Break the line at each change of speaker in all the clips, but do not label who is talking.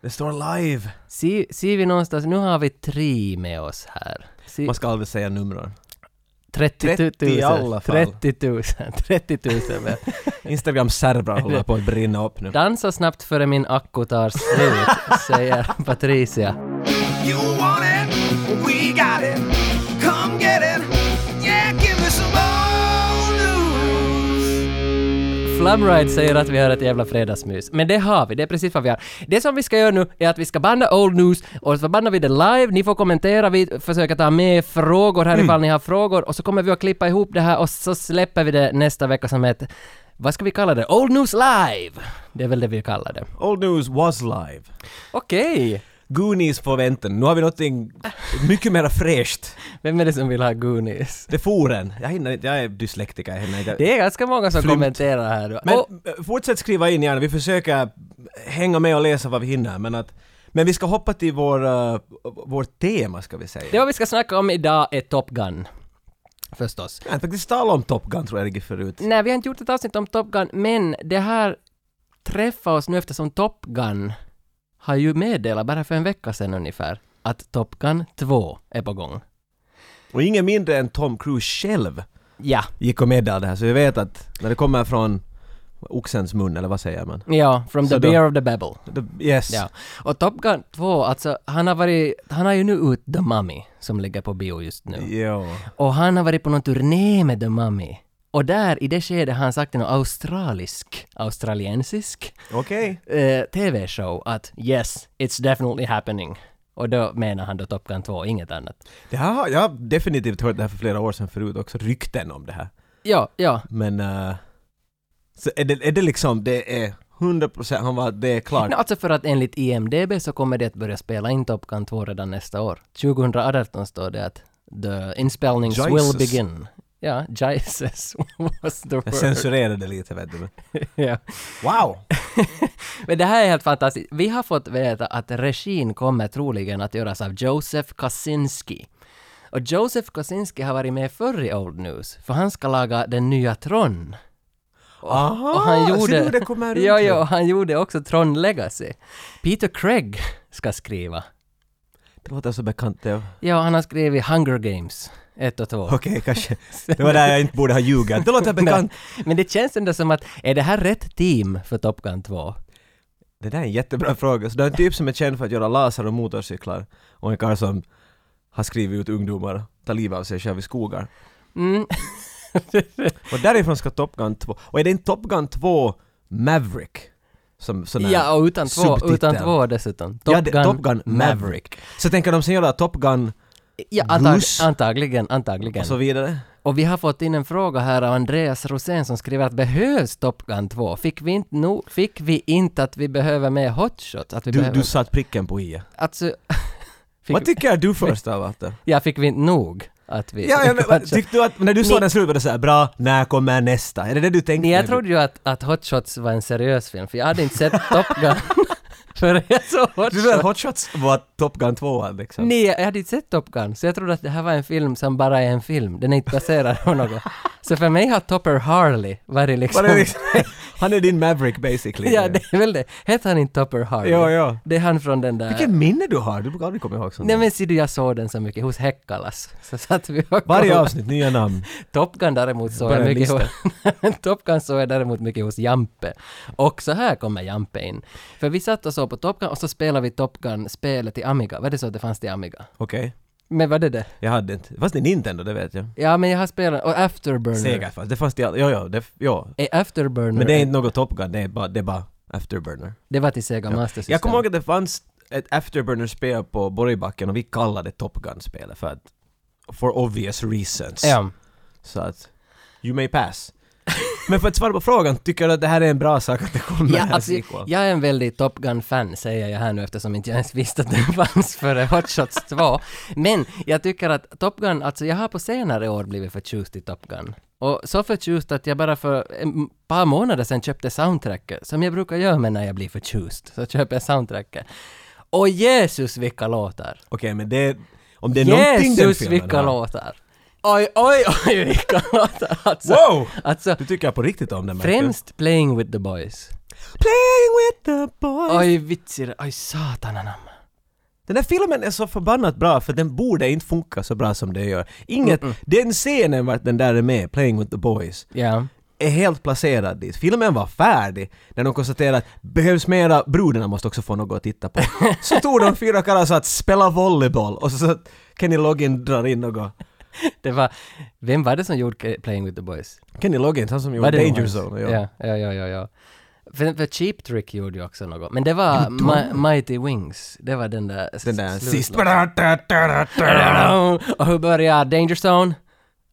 Det står live!
Ser ser vi någonstans, nu har vi tre med oss här. Se,
Man ska aldrig säga numren.
30 000.
30 i alla fall.
30 000. 30 000. men-
Instagram-servrar håller på att brinna upp nu.
Dansa snabbt före min akku tar slut, säger Patricia.
You want it, we got it. Come get it. Yeah, give me some old news.
Flumride säger att vi har ett jävla fredagsmys. Men det har vi, det är precis vad vi har. Det som vi ska göra nu är att vi ska banda Old News och så bandar vi det live, ni får kommentera, vi försöker ta med frågor
Mm.
här ifall ni har frågor och så kommer vi att klippa ihop det här och så släpper vi det nästa vecka som ett, vad ska vi kalla det? Old News Live! Det är väl det vi kallar det.
Old news was live.
Okej!
Goonies på vänten. Nu har vi någonting mycket mer fräscht.
Vem är det som vill ha Goonies?
Det for en. Jag hinner inte, jag är dyslektiker, jag hinner inte.
Det är ganska många som
Flymt.
kommenterar här. då.
Men
Och-
eh, fortsätt skriva in gärna, vi försöker hänga med och läsa vad vi hinner. Men, att, men vi ska hoppa till vår, eh, vårt tema ska vi säga.
Det vad vi ska snacka om idag är Top Gun. Förstås.
Jag har faktiskt talat om Top Gun tror jag Rigi, förut.
Nej, vi har inte gjort ett avsnitt om Top Gun, men det här träffar oss nu eftersom Top Gun har ju meddelat, bara för en vecka sedan ungefär, att Top Gun 2 är på gång.
Och ingen mindre än Tom Cruise själv
Ja.
gick och meddelade det här. Så vi vet att när det kommer från oxens mun, eller vad säger man?
Ja, from the
Så då-
beer of the babel.
The- Yes.
Ja. Och Top Gun 2, alltså han har varit, han har ju nu ut The Mummy som ligger på bio just nu.
Jo.
Och han har varit på någon turné med The Mummy. Och där, i det skedet, har han sagt till någon australisk, australiensisk
Okej.
eh, TV-show att yes, it's definitely happening. Och då menar han då Top Gun 2, inget annat.
Det här, har- jag har definitivt hört det här för flera år sedan förut också, rykten om det här.
Ja, ja.
Men... eh, så är det, är det liksom, det är 100% han var, det är klart.
No, alltså för att enligt IMDB så kommer det att börja spela in Top Gun 2 redan nästa år. 2018 står det att the inspelnings
Jesus.
will begin. Ja, Jesus was the
Jag
word.
censurerade det lite vet du.
ja.
Wow!
Men det här är helt fantastiskt. Vi har fått veta att regin kommer troligen att göras av Joseph Kaczynski. Och Joseph Kaczynski har varit med förr i Old News, för han ska laga den nya Tron.
Aha!
och han gjorde...
Ser du hur det kommer runt
ja,
här?
ja, och han gjorde också Tron Legacy. Peter Craig ska skriva.
Det låter så bekant det.
Ja, han har skrivit Hunger Games 1 och 2.
Okej, kanske. Det var där jag inte borde ha ljugit. Det låter bekant.
Men det känns ändå som att, är det här rätt team för Top Gun 2?
Det där är en jättebra fråga. Så det är en typ som är känd för att göra laser och motorcyklar och en karl som har skrivit ut ungdomar ta livet av sig själv i skogar.
Mm.
Och därifrån ska Top Gun 2. Och är det inte Top Gun 2 Maverick? Som sån här
Ja, och utan två,
subtitel?
utan två dessutom.
ja, det, Top Gun Maverick. Så tänker de sen göra Top Gun
Ja, antag
Goose.
antagligen, antagligen.
och så vidare?
Och vi har fått in en fråga här av Andreas Rosén som skriver att behövs Top Gun 2? Fick vi inte, no, fick vi inte att vi behöver mer hotshot? Att vi
Du,
behöver,
du satt pricken på i.
alltså, fick,
Vad tycker du först av allt det?
ja, fick vi inte nog? Att vi,
Ja, ja, men,
hotshot?
tyckte du att när du
Ni-
såg den slut var det såhär bra, när kommer nästa? Är det det du tänkte?
Nej, jag trodde ju att, att Hot Shots var en seriös film, för jag hade inte sett Top Gun förrän jag såg Hot
Du menar
Shots.
Hot Shots var Top Gun 2 liksom?
Nej, jag hade inte sett Top Gun, så jag trodde att det här var en film som bara är en film, den är inte baserad på något. Så för mig har Topper Harley varit liksom...
Var det liksom, han är din Maverick basically.
ja, det är väl det. Hette han inte Topper Harley?
ja, ja.
Det är han från den där...
Vilken minne du har, du brukar aldrig komma ihåg sånt.
Nej
där.
men ser du, jag såg den så mycket hos Häckalas. Så satt vi och
Varje
kollade.
avsnitt, nya namn.
Top Gun däremot såg
Bara
jag
en
mycket
lista.
hos... Top Gun såg jag däremot mycket hos Jampe. Och så här kommer Jampe in. För vi satt och såg på Top Gun och så spelade vi Top Gun-spelet i Amiga. Var det så att det fanns till Amiga?
Okej.
Men var det det?
Jag hade inte. Fast det är Nintendo, det vet jag.
Ja men jag har spelat... Och Afterburner.
Sega fast. Det fanns det all... Ja, ja, det... ja.
Är Afterburner...
Men det är inte något Top Gun, det är bara, det är bara Afterburner.
det var till Sega Master System.
Jag kommer ihåg att det fanns ett Afterburner-spel på Borgbacken och vi kallade det Top Gun-spelet för att... For obvious reasons.
Ja.
Så att... You may pass. Men för att svara på frågan, tycker du att det här är en bra sak att det kommer
Ja,
en
alltså,
sequel?
jag är en väldigt Top Gun-fan säger jag här nu eftersom inte jag ens visste att den fanns före Hot Shots 2. Men jag tycker att Top Gun, alltså jag har på senare år blivit förtjust i Top Gun. Och så förtjust att jag bara för ett par månader sedan köpte soundtracket, som jag brukar göra med när jag blir förtjust, så köper jag soundtracket. Och Jesus vilka låtar!
Okej, men det... Om det är någonting den
Jesus
filmen
vilka
har-
låtar! Oj, oj, oj vilka låtar! Alltså,
Wow!
alltså
Du tycker jag på riktigt om den märker du?
främst Playing with the Boys.
Playing with the boys.
Oj vitsir, oj satan anamma.
Den här filmen är så förbannat bra för den borde inte funka så bra som den gör. Inget, den scenen vart den där är med, Playing with the boys,
Ja.
är helt placerad dit. Filmen var färdig när de konstaterade att behövs mera, broderna måste också få något att titta på. Så tog de fyra karlar så att spela volleyboll och så, så att Kenny Loggin drar in något.
Det var, vem var det som gjorde K- Playing with the Boys?
Kenny Loggins, han som
Var
gjorde
det
Danger
någon?
Zone. Ja.
Ja, ja, ja, ja. ja. För, för Cheap Trick gjorde ju också något, men det var Ma- Mighty Wings, det var den där...
Den där
slutlåten.
sist...
Och hur börjar Danger Zone?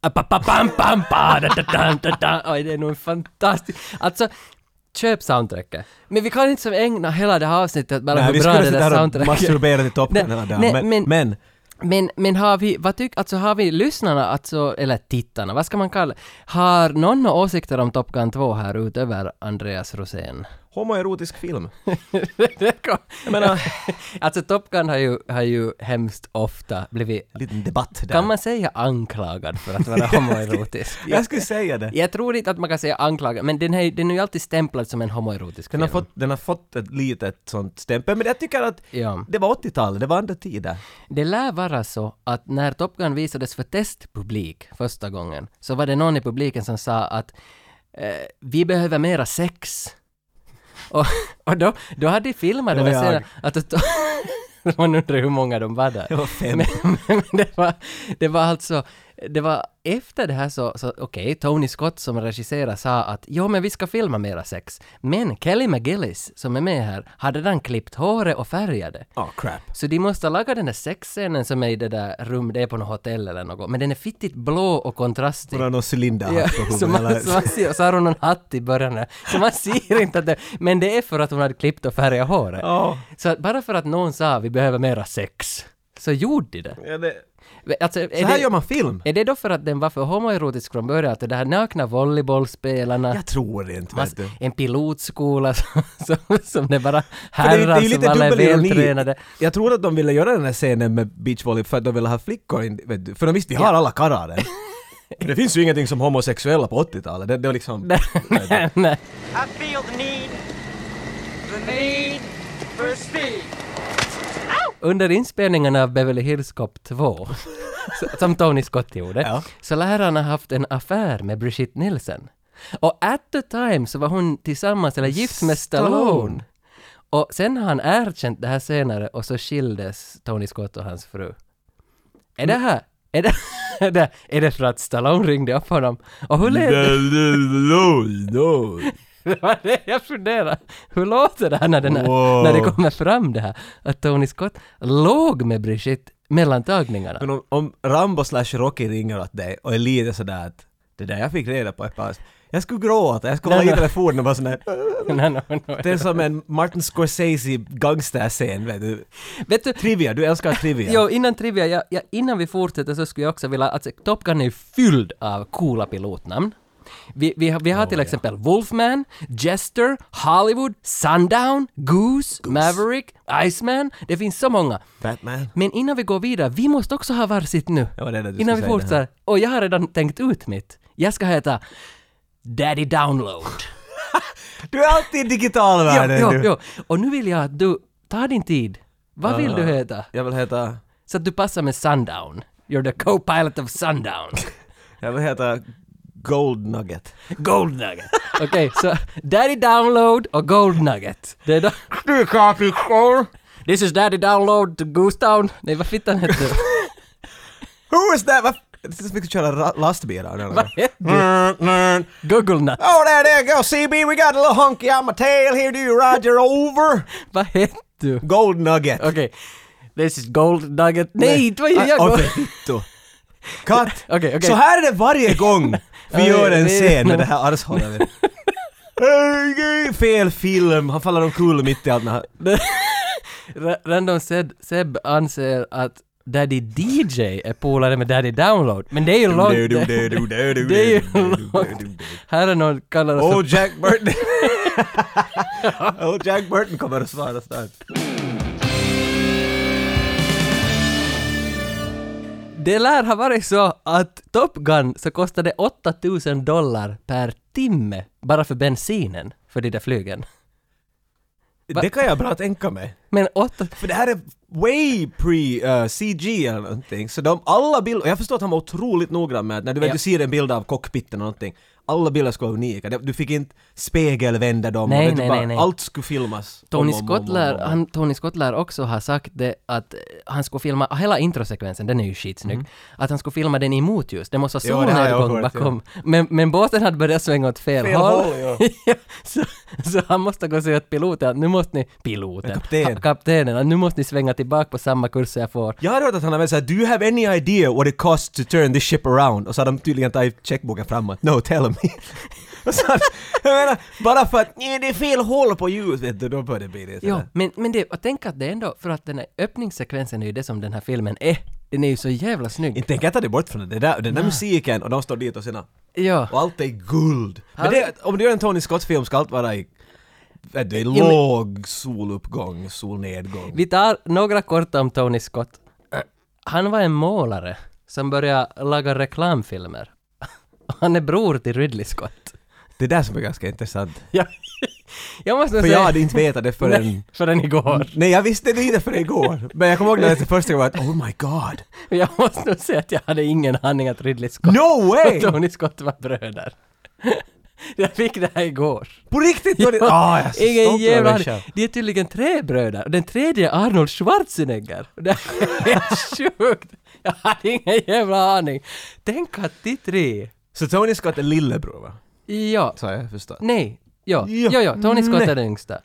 Apapapam-pam-pa, da-da-da-da-da. Oj, det är nog en fantastisk... Alltså, köp soundtracket. Men vi kan inte som ägna hela det här avsnittet bara
Nej, vi
hur bra
skulle
det
sitta
där
här och
soundtracket
masturbera till Top Gun
Nej,
hela dagen.
nej,
Men,
men-
men, men
men, men har vi, vad tycker, alltså har vi lyssnarna, alltså, eller tittarna, vad ska man kalla Har någon några åsikter om Top Gun 2 här utöver Andreas Rosén?
homoerotisk film.
Det kom-
Jag menar,
alltså Top Gun har ju, har ju hemskt ofta blivit,
liten debatt där.
kan man säga anklagad för att vara homoerotisk?
Jag skulle säga det.
Jag tror inte att man kan säga anklagad, men den, här, den är ju alltid stämplad som en homoerotisk
Den
film.
har, fått, den har fått ett litet sånt stämpel, men jag tycker att
Ja.
det var 80-talet, det var andra tider.
Det lär vara så att när Top Gun visades för testpublik första gången så var det någon i publiken som sa att eh, vi behöver mera sex. Och, och då, då hade filmaren
Det var
väl
jag.
senare att... Man undrar hur många de var där.
Det var fem.
Men, men det, var, det var alltså, det var efter det här så, så okej, Tony Scott som regisserar sa att jo men vi ska filma mera sex. Men Kelly McGillis som är med här hade redan klippt håret och färgade.
Ah, crap.
Så de måste laga den där sexscenen som är i det där rummet, det är på något hotell eller något, men den är fittigt blå och kontrastig.
Hon har någon cylinder
Ja,
haft på
så,
huvudet.
man, så,
eller-
man ser, och så har hon någon hatt i början där. Så man ser inte att det... Men det är för att hon hade klippt och färgat håret.
Ja.
Så att bara för att någon sa vi behöver mera sex, så gjorde de det.
Ja, det-
Alltså, är
Så här
det,
gör man film!
är det då för att den var för homoerotisk från början? Att det här nakna volleybollspelarna,
Jag tror inte,
man-
vet du.
en pilotskola som, som, som det bara
För det, är- det
herrar
är ju
som
lite
alla är
dubbel ironi.
vältränade.
Jag tror att de ville göra den här scenen med beachvolley för att de ville ha flickor in, vet du. För de visste, vi har alla karlar där. Det finns ju ingenting som homosexuella på 80-talet. Det, det var liksom... vet du.
Nej.
I feel the need, the need for speed.
Under inspelningen av Beverly Hills Cop 2, s- som Tony Scott gjorde,
Ja.
så lär han ha haft en affär med Brigitte Nielsen. Och at the time så var hon tillsammans, eller gift med Stallone.
Stallone.
Och sen har han erkänt det här senare och så skildes Tony Scott och hans fru. Är det här... Är det, är det, är det för att Stallone ringde upp honom? Och hur lät det? Det var det jag funderade. Hur låter det här när, den här,
Wow.
när det kommer fram det här? Att Tony Scott låg med Brigitte mellan tagningarna.
Men om, om Rambo slash Rocky ringer åt dig och är lite sådär att det där jag fick reda på är pass. Jag skulle gråta, jag skulle
Nej,
hålla i
nej.
telefonen och bara sån där.
Nej, nej, nej.
Det är som en Martin Scorsese gangsterscen vet du.
Vet du,
Trivia, du älskar trivia.
Jo, innan trivia, jag, jag, innan vi fortsätter så skulle jag också vilja, alltså Top Gun är ju fylld av coola pilotnamn. Vi, vi, har- vi
Oh,
har till exempel Wolfman, Jester, Hollywood, Sundown, Goose, Maverick, Iceman. Det finns så många.
Batman.
Men innan vi går vidare, vi måste också ha varsitt nu.
Jag var rädd att du
innan vi
skulle säga det här.
fortsätter. Och jag har redan tänkt ut mitt. Jag ska heta Daddy Download.
Du är alltid i
jo,
digitalvärlden
jo,
du.
jo. Och nu vill jag att du tar din tid. Vad vill
Ah.
du heta?
Jag vill heta...
Så att du passar med Sundown. You're the co-pilot of Sundown.
Jag vill heta Gold Nugget.
Gold Nugget. Okej, så Daddy Download och Gold Nugget. Det är då... This is Daddy Download to Goose Town. Nej, vad fittan hette du?
Who is that? Vad f- Det är som att vi köra ra- lastbilar. eller något.
hette du?
Mm, mm.
Google Nut.
Oh there, there you go CB, we got a little hunky on my tail here, do you Roger over?
Vad hette du? Okej.
Gold Nugget.
This is Gold Nugget. Nej, det var ju jag.
Ah, Okej, hitto. Cut.
Okej, okej.
Så här är det varje gång vi
Okej,
gör en
vi-
scen med det här arshållet. Hej, hej, Fel film, han faller omkull mitt i allt när han...
Ra- Random Seb, Seb anser att Daddy DJ är polare med Daddy Download. Men det är ju långt... Det är ju långt. Här är någon kallar oss
Oh Jack Burton! oh Jack Burton kommer att svara snart.
Det lär ha varit så att Top Gun så kostade 8000 dollar per timme bara för bensinen för de där flygen.
Det kan jag bra tänka mig.
Men åtta...
För det här är way pre-CG eller någonting. Så de, alla bilder, och jag förstår att han var otroligt noggrann med att när du, vet,
Ja.
du ser en bild av cockpiten eller någonting, alla bilder skulle vara unika. Det- Du fick inte spegelvända dem,
Nej,
vet du,
nej, nej, nej.
allt skulle filmas. om,
Tony
om, om,
Scott,
om,
lär,
om, om.
Han, Tony Scott lär också ha sagt det att eh, han skulle filma, hela introsekvensen, den är ju skitsnygg, att han skulle filma den i motljus, det måste
Jo,
vara
det har jag
solnedgång
hört, Mhm. ja.
bakom. Men, men båten hade börjat svänga åt fel,
Fel håll,
ja. så, så han måste gå och säga åt piloten att nu måste ni, piloten,
kapten.
ha- kaptenen, att nu måste ni svänga tillbaka på samma kurs som jag får.
Jag har hört att han har väl såhär “Do you have any idea what it costs to turn this ship around?” och så har de tydligen tagit checkboken framåt. “No, tell me”. och så, jag menar, bara för att "Nej, det är fel hål på ljuset, vet du, då börjar det bli lite...
Ja,
där.
men, men det, och tänk att det ändå, för att den här öppningssekvensen är ju det som den här filmen är. Den är ju så jävla snygg.
Inte tänker jag ta det bort från det. det där, den där musiken och de står dit och sina...
Ja.
Och allt är guld. Men
Allt-
det, om du gör en Tony Scott-film ska allt vara i... vet du, i låg soluppgång, solnedgång.
Vi tar några korta om Tony Scott. Han var en målare som började laga reklamfilmer. Han är bror till Ridley Scott.
Det där som är ganska intressant.
Jag, jag måste
För
säga...
jag hade inte vetat det förrän...
Nej, förrän igår.
Nej, jag visste det inte förrän igår. Men jag kommer ihåg när jag läste första gången att oh my god.
Jag måste nog säga att jag hade ingen aning att Ridley Scott
No way!
och Tony Scott var bröder. Jag fick det här igår.
På riktigt? Ja, ah, jag är så
Ingen
stolt över
jävla
mig
aning.
själv.
Det är tydligen tre bröder. Den tredje är Arnold Schwarzenegger. Det är helt sjukt. Jag hade ingen jävla aning. Tänk att de tre...
Så Tony Scott är lillebror va?
Ja.
Så har jag förstått.
Nej. Ja.
Ja.
Ja, ja. Tony Scott
Nej.
är den yngsta.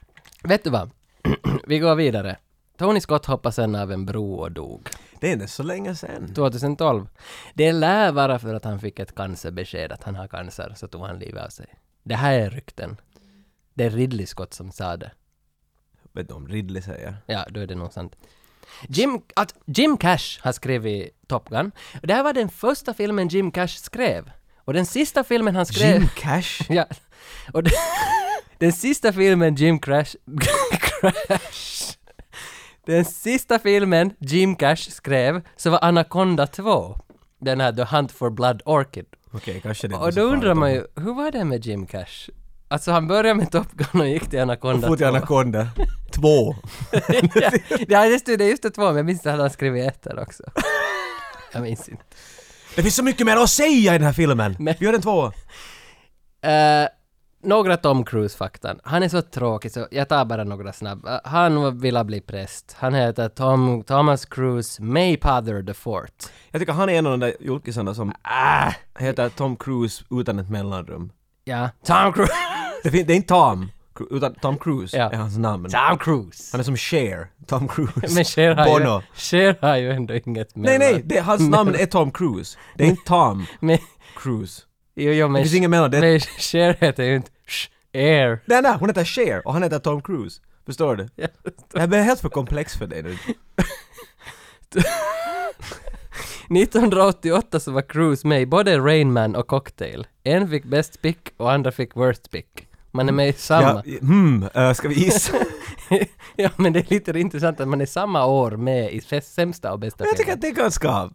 Vet du vad? Vi går vidare. Tony Scott hoppade sen av en bro och dog.
Det är inte så länge sen.
2012. Det lär vara för att han fick ett cancerbesked att han har cancer, så tog han livet av sig. Det här är rykten. Det är Ridley Scott som sa det.
Vet du om Ridley säger?
Ja, då är det nog sant. Jim, att Jim Cash har skrivit Top Gun. Det här var den första filmen Jim Cash skrev. Och den sista filmen han skrev...
Jim Cash?
Ja. Och den, den sista filmen Jim Crash... Crash. Den sista filmen Jim Cash skrev så var Anaconda 2. Den här The Hunt for Blood Orchid.
Okej, kanske det inte är
Och
så
då undrar
farligt
man
om-
ju, hur var det med Jim Cash? Alltså han började med Top Gun och gick till Anaconda
Få till
2.
Anaconda. Två.
ja, det är just det, det är just det två, men jag minns att han skrev ett där också. Jag minns inte.
Det finns så mycket mer att säga i den här filmen!
Men-
Vi gör en tvåa.
Eh, några Tom Cruise-faktan. Han är så tråkig så jag tar bara några snabba. Han ville bli präst. Han heter Tom, Thomas Cruise Maypather the Fort.
Jag tycker han är en av de där julkisarna som
Ah!
äh, heter Tom Cruise utan ett mellanrum.
Ja, Tom Cruise!
Det, fin- det är inte Tom, Cru- utan Tom Cruise
Ja.
är hans namn.
Tom Cruise!
Han är som Cher, Tom Cruise.
Men Cher har,
Bono.
ju, Cher har ju ändå inget
Nej, nej,
mellan.
det, hans namn är Tom Cruise. Det är inte Tom
Men,
Cruise.
jo, jo,
Det
men,
finns inget mellan. Det är...
men Cher heter ju inte Cher.
Nej, nej, hon heter Cher och han heter Tom Cruise. Förstår du?
Ja.
Det här blir helt för komplex för dig nu.
1988 så var Cruise med i både Rain Man och Cocktail. En fick Best Pick och andra fick Worst Pick. Man är med i
Ja,
samma. Ja.
hmm, eh, ska vi gissa?
men det är lite intressant att man är samma år med i fest- sämsta och bästa
Men jag tycker
filmen.
att det är ganska...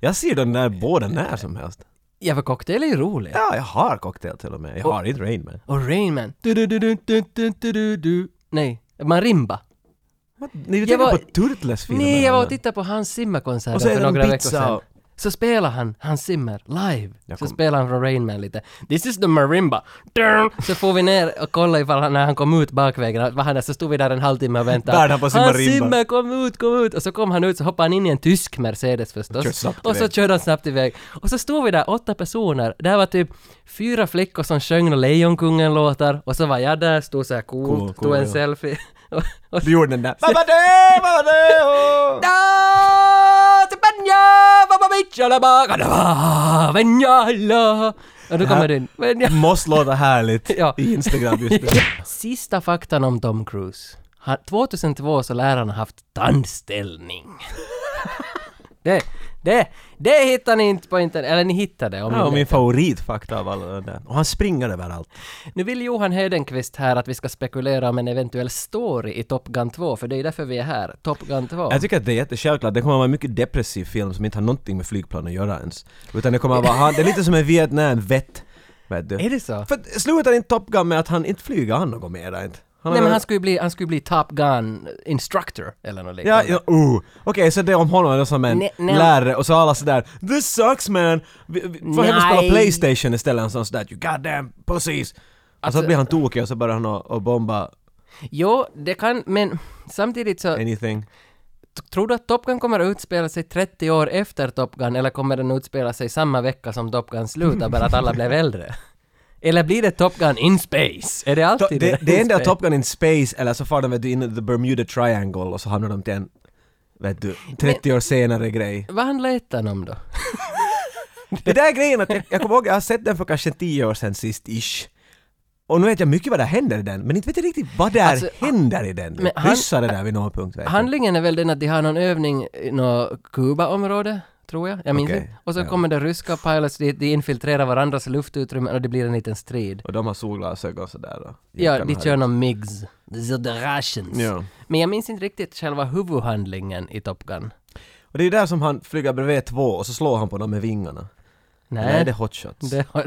Jag ser den där båda när som helst.
Ja, för Cocktail är ju rolig.
Ja, jag har cocktail till och med. Jag har inte Rain Man.
Och Rain Man. Du, du, du, du, du, du, du, du, du. Nej, Marimba.
Ni
Jag
tänker
var-
på Turtles-filmen.
Nej, jag var och
eller?
tittade på Hans Zimmer-konserten
Och så är
för
det
några
en
veckor
pizza
sedan.
och-
Så spelar han Hans Zimmer live.
Jag
Så
kom-
spelar han från Rain Man lite. This is the marimba. Dun! Så får vi ner och kolla ifall han, när han kom ut bakvägen, var han där, så stod vi där en halvtimme och väntade.
Bär han på sin
Hans
marimba."
Zimmer kom ut, kom ut! Och så kom han ut, så hoppade han in i en tysk Mercedes
Kör
förstås.
snabbt
Och så
iväg.
körde han snabbt iväg. Och så stod vi där, åtta personer. Där var typ fyra flickor som sjöng några Lejonkungen-låtar. Och så var jag där, stod så här coolt,
Cool, cool,
tog en
ja.
selfie. Och, och
Du gjorde den där. Mamma dö, mamma dö, åh!
och då kommer den. Venja.
Måste låta härligt
Ja.
i Instagram just nu.
Sista faktan om Tom Cruise. Han, 2002 så lär han ha haft tandställning. det, det, det hittar ni inte på internet, eller ni hittar det om
Ja, och
ni
min
letar.
favoritfakta av alla den där. Och han springer överallt.
Nu vill Johan Hedenqvist här att vi ska spekulera om en eventuell story i Top Gun 2, för det är därför vi är här. Top Gun 2.
Jag tycker att det är jättesjälvklart, det kommer att vara en mycket depressiv film som inte har någonting med flygplan att göra ens. Utan det kommer att vara, han, det är lite som en Vietnam-vett. Vet du.
Är det så?
För att slutar inte Top Gun med att han inte flyger han något mer? Inte? Han
Nej
har-
men han skulle ju bli, han skulle bli Top Gun instructor eller något
Ja,
liknande.
ja uh. Okej, så det är om honom är det som en
Nej, nej.
lärare och så alla sådär “This sucks man!” Vi- vi- Får hemma
Nej.
spela Playstation istället, och sån sådär “You goddamn pussies!” Och så
Alltså-
blir han tokig och så börjar han att att bomba
Jo, det kan, men samtidigt så,
anything.
t- tror du att Top Gun kommer att utspela sig 30 år efter Top Gun eller kommer den att utspela sig samma vecka som Top Gun slutar bara att alla blev äldre? Eller blir det Top Gun in space? Är det
To-
alltid
Det, det är
in
en del
space?
Top Gun in space, eller så far de vet du in i the Bermuda Triangle och så hamnar de till en, vet du, 30 år senare grej.
Vad handlar ettan om då?
Det där grejen att jag, jag kommer ihåg, jag har sett den för kanske 10 år sedan sist, ish. Och nu vet jag mycket vad det händer i den, men inte vet jag riktigt vad det är
Alltså,
händer i den.
men han-
Hyssar det där vid någon punkt vet jag.
Handlingen är väl den att de har någon övning i något Kuba-område, tror jag. Jag minns
Okej,
inte. Och så
ja.
kommer det ryska pilots dit, de infiltrerar varandras luftutrymmen och det blir en liten strid.
Och de har solglasögon sådär då.
Ja,
Jackan
de
har-
kör någon MIGs. These are the Russians.
Ja.
Men jag minns inte riktigt själva huvudhandlingen i Top Gun.
Och det är ju där som han flyger bredvid två och så slår han på dem med vingarna. Nej, det är hot shots.
det har...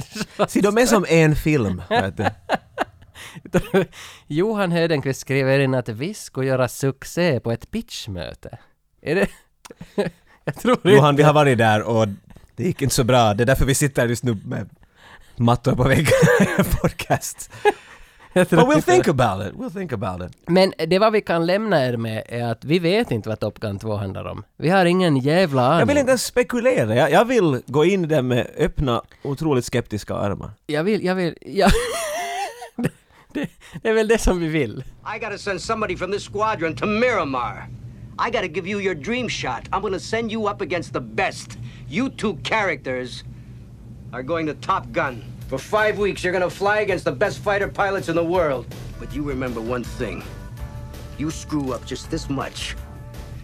Se, de är som en film, vet du.
Johan Hödenqvist skriver in att vi ska göra succé på ett pitchmöte. Är det... jag tror inte...
Johan, vi har varit där och det gick inte så bra. Det är därför vi sitter här just nu med mattor på väggarna i podcast.
Jag
But
tror
we'll
inte-
think about it, we'll think about it.
Men det vad vi kan lämna er med är att vi vet inte vad Top Gun 2 handlar om. Vi har ingen jävla aning.
Jag vill inte ens spekulera, jag, jag vill gå in där med öppna, otroligt skeptiska armar.
Jag vill... Jag vill... Jag... det, det, det är väl det som vi vill.
I gotta send somebody from this squadron to Miramar. I gotta give you your dream shot. I'm gonna send you up against the best. You two characters are going to Top Gun. For five weeks, you're gonna fly against the best fighter pilots in the world. But you remember one thing you screw up just this much.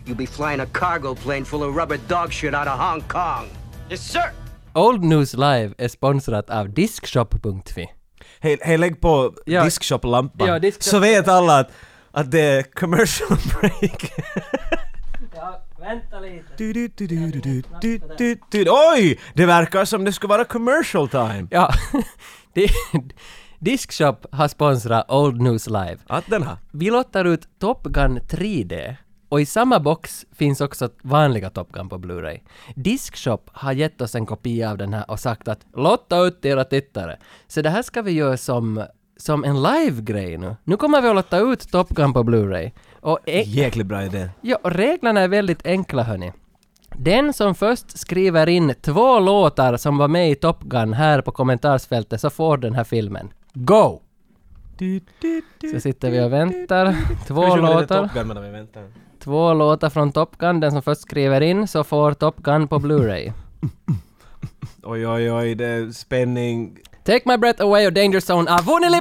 You'll be flying a cargo plane full of rubber dog shit out of Hong Kong. Yes, sir.
Old News Live är sponsrat av Diskshop.fi.
Hej, hej lägg på
Ja.
diskshop-lampan,
Ja, diskshop-
så vet alla att, att det är commercial break.
Ja, vänta lite.
Du, du, du, du, du, du, du, du, du. Oj! Det verkar som det skulle vara commercial time.
Ja, di- Diskshop har sponsrat Old News Live.
Att den här.
Vi lottar ut Top Gun 3D och i samma box finns också vanliga Top Gun på Blu-ray. Diskshop har gett oss en kopia av den här och sagt att lotta ut till era tittare. Så det här ska vi göra som, som en live-grej nu. Nu kommer vi att lotta ut Top Gun på Blu-ray. Och e- en-
Jäkligt bra idé.
Ja, och reglerna är väldigt enkla hörni. Den som först skriver in två låtar som var med i Top Gun här på kommentarsfältet så får den här filmen. Go! Så sitter vi och väntar. Två låtar. Två låtar från Top Gun. Den som först skriver in så får Top Gun på Blu-ray.
Oj, oj, oj, det är spänning.
Take My Breath Away och Danger Zone av Vuni
Booyah!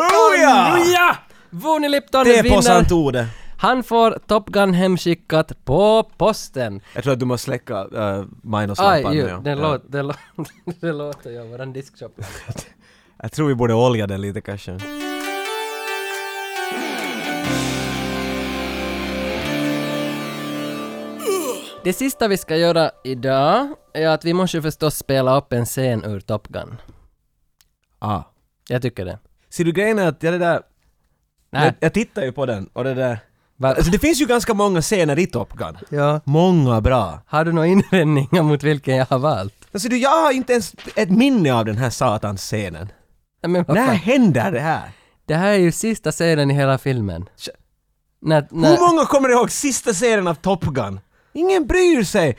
Lipton! Ja! Vuni Lipton
Det är på
vinner.
sant ordet.
Han får Top Gun hemskickat på posten.
Jag tror att du måste släcka uh,
Aj,
minuslampan
ju,
nu.
det, låt, det, lå, det låter ju, våran diskshop.
Jag tror vi borde olja den lite kanske.
Det sista vi ska göra idag är att vi måste ju förstås spela upp en scen ur Top Gun.
Ah.
Jag tycker det.
Ser du grejen är att jag, det där,
Nej.
jag, jag tittar ju på den och det där.
Va?
Alltså det finns ju ganska många scener i Top Gun.
Ja.
Många bra.
Har du några invändningar mot vilken jag har valt?
Alltså du, jag har inte ens ett minne av den här satans scenen.
Nej, men vad
När
fan.
händer det här?
Det här är ju sista scenen i hela filmen. När, när,
Hur många kommer ihåg sista serien av Top Gun? Ingen bryr sig!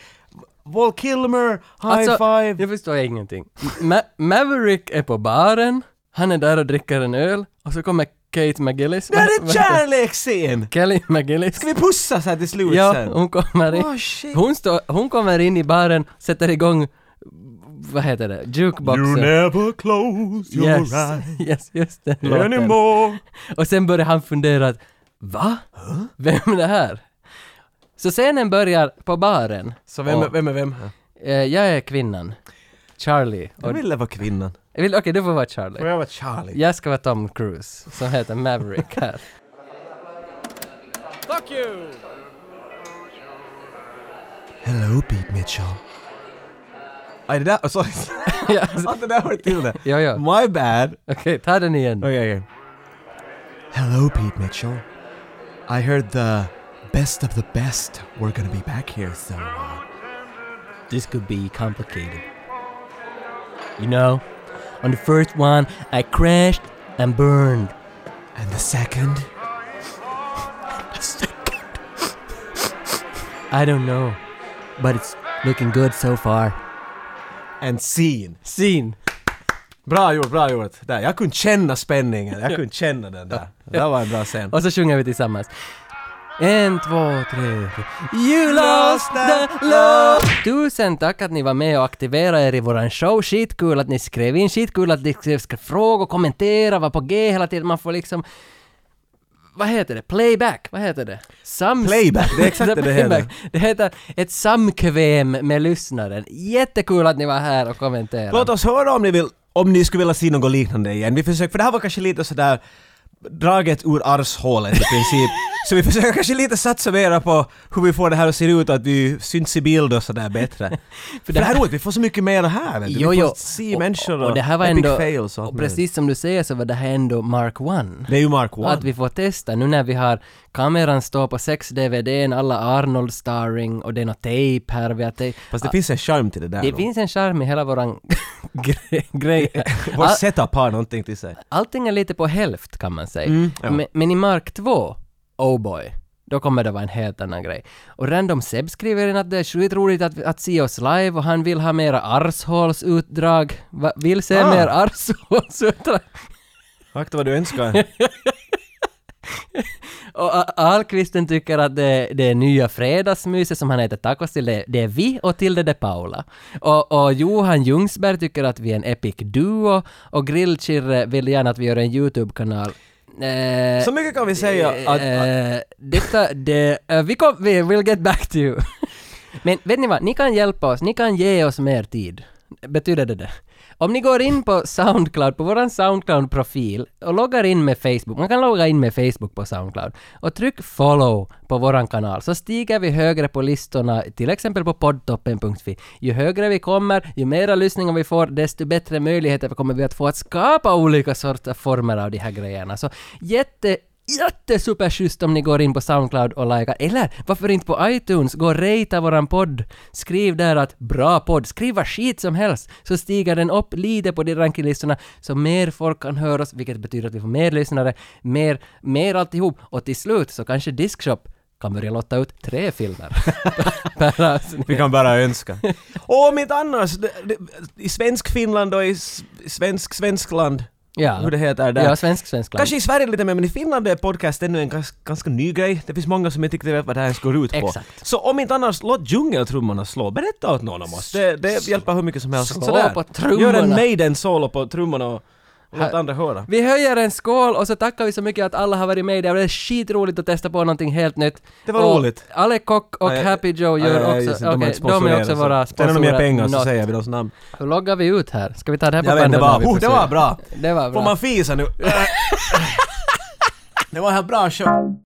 Val Kilmer, High Five...
Alltså, Jag förstår ingenting. Ma- Maverick är på baren, han är där och dricker en öl, och så kommer Kate McGillis.
Det här är en kärleksscen!
Kelly McGillis.
Ska vi pussas här till slut
Ja,
sen?
hon kommer in.
Oh, shit.
hon, står, hon kommer in i baren, sätter igång, vad heter det, jukeboxen.
never close
Yes, yes, just den låten. Och sen börjar han fundera att va? Vem är det här? Så scenen börjar på baren.
Så vem, är-
Och,
vem är vem här?
eh, jag är kvinnan. Charlie. Och,
Jag ville vara kvinnan.
jag vill, Okej, du får vara Charlie.
jag vara Charlie?
Jag ska vara Tom Cruise, som heter Maverick här.
Fuck you!
Hello Pete Mitchell. Aj, det där... Oh, sorry. Alltså,
ja,
Allt det där hör till det.
Ja, ja.
My bad.
Okej, ta den igen.
Okej, okej. Oh, Hello, Pete Mitchell. I heard the best of the best were gonna be back here, so. uh,
This could be complicated. You know, on the first one, I crashed and burned.
And the second?
I don't know, but it's looking good so far.
And scene.
Scene.
Bra gjort, bra gjort. Där, jag kunde känna spänningen, jag kunde känna den där. Det där var en bra scen.
Och så sjunger vi tillsammans. En, två, tre. You lost the love! Tusen tack att ni var med och aktiverade er i våran show. Skitkul att ni skrev in, skitkul att ni skrev skrev frågor, kommentera, var på G hela tiden. Man får liksom... Vad heter det? Playback? Vad heter det? Sams-
Playback, det är exakt det det heter.
Playback. Det heter ett samkväm med lyssnaren. Jättekul att ni var här och kommenterade.
Låt oss höra om ni vill, om ni skulle vilja se något liknande igen. Vi försöker, för det här var kanske lite sådär draget ur arshålet i princip. Så vi försöker kanske lite satsa mera på hur vi får det här att se ut och att vi syns i bild och sådär bättre. för det här är roligt, vi får så mycket mer här vet du.
Jo,
vi
jo.
får se människor och,
och det här var
epic
ändå,
fails och, allt
och
möjligt.
precis som du säger så var det här ändå Mark 1.
Det är ju Mark One.
Att vi får testa nu när vi har kameran står på 6 DVDn, alla Arnold starring och det är något tejp här och vi har tejp.
Fast det finns en charm till det där.
Det
nog.
finns en charm i hela våran gre- grej. här.
Vår
All,
setup har någonting till sig.
allting är lite på hälft kan man säga.
Mm, ja.
men, men i Mark 2, oh boy. Då kommer det vara en helt annan grej. Och Random Seb skriver in att det är skitroligt att, att se oss live och han vill ha mera arshålsutdrag. Va, vill se
Ah.
mer arshålsutdrag.
Akta vad du önskar.
Och A- Ahlqvisten tycker att det, det är nya fredagsmyset som han äter tacos till, det, det är vi och Tilde de Paula. Och, och Johan Ljungsberg tycker att vi är en epic duo och Grillchirre vill gärna att vi gör en YouTube-kanal. Eh,
så mycket kan vi säga att... att
eh, detta, det, eh, vi kom, vi will get back to you. Men vet ni vad, ni kan hjälpa oss, ni kan ge oss mer tid. Betyder det det? Om ni går in på Soundcloud, på våran Soundcloud-profil och loggar in med Facebook, man kan logga in med Facebook på Soundcloud, och tryck follow på våran kanal, så stiger vi högre på listorna, till exempel på poddtoppen.fi. Ju högre vi kommer, ju mera lyssningar vi får, desto bättre möjligheter kommer vi att få att skapa olika sorters former av de här grejerna. Så jätte jättesuperschysst om ni går in på Soundcloud och likar. Eller varför inte på iTunes? Gå och ratea våran podd. Skriv där att “bra podd”. Skriv vad skit som helst så stiger den upp lite på de rankinglistorna så mer folk kan höra oss vilket betyder att vi får mer lyssnare, mer, mer alltihop och till slut så kanske Discshop kan börja lotta ut tre filmer per avsnitt.
vi kan bara önska. och om inte annars, det, det, i svensk Finland och i s- svensk Svenskland,
Ja.
hur det heter där.
Ja, svensk, svensk land.
Kanske i Sverige lite mer, men i Finland är podcast ännu en gans, ganska ny grej. Det finns många som inte riktigt vet vad det här ens går ut på.
Exakt.
Så om inte annars, låt djungeltrummorna slå. Berätta åt någon om oss. Det, det hjälper hur mycket som helst.
slå
Sådär.
på trummorna.
Gör en Maiden-solo på trummorna och och låt
Här-
andra höra.
Vi höjer en skål och så tackar vi så mycket att alla har varit med. Det var skitroligt att testa på någonting helt nytt.
Det var
och
roligt.
Alec Kock och
Nej,
Happy Joe gör
Nej, just
också...
det, de är inte
okej, de är
sponsorerade,
också
så-
våra
Sen
sponsorer.
om de ger pengar så
Något.
säger vi deras namn.
Hur loggar vi ut här? Ska vi ta det här på
Jag vet, det
bandet
var,
när vi
oh, det var
försöker?
bra!
Det var bra.
Får man fisa nu? det var en bra show.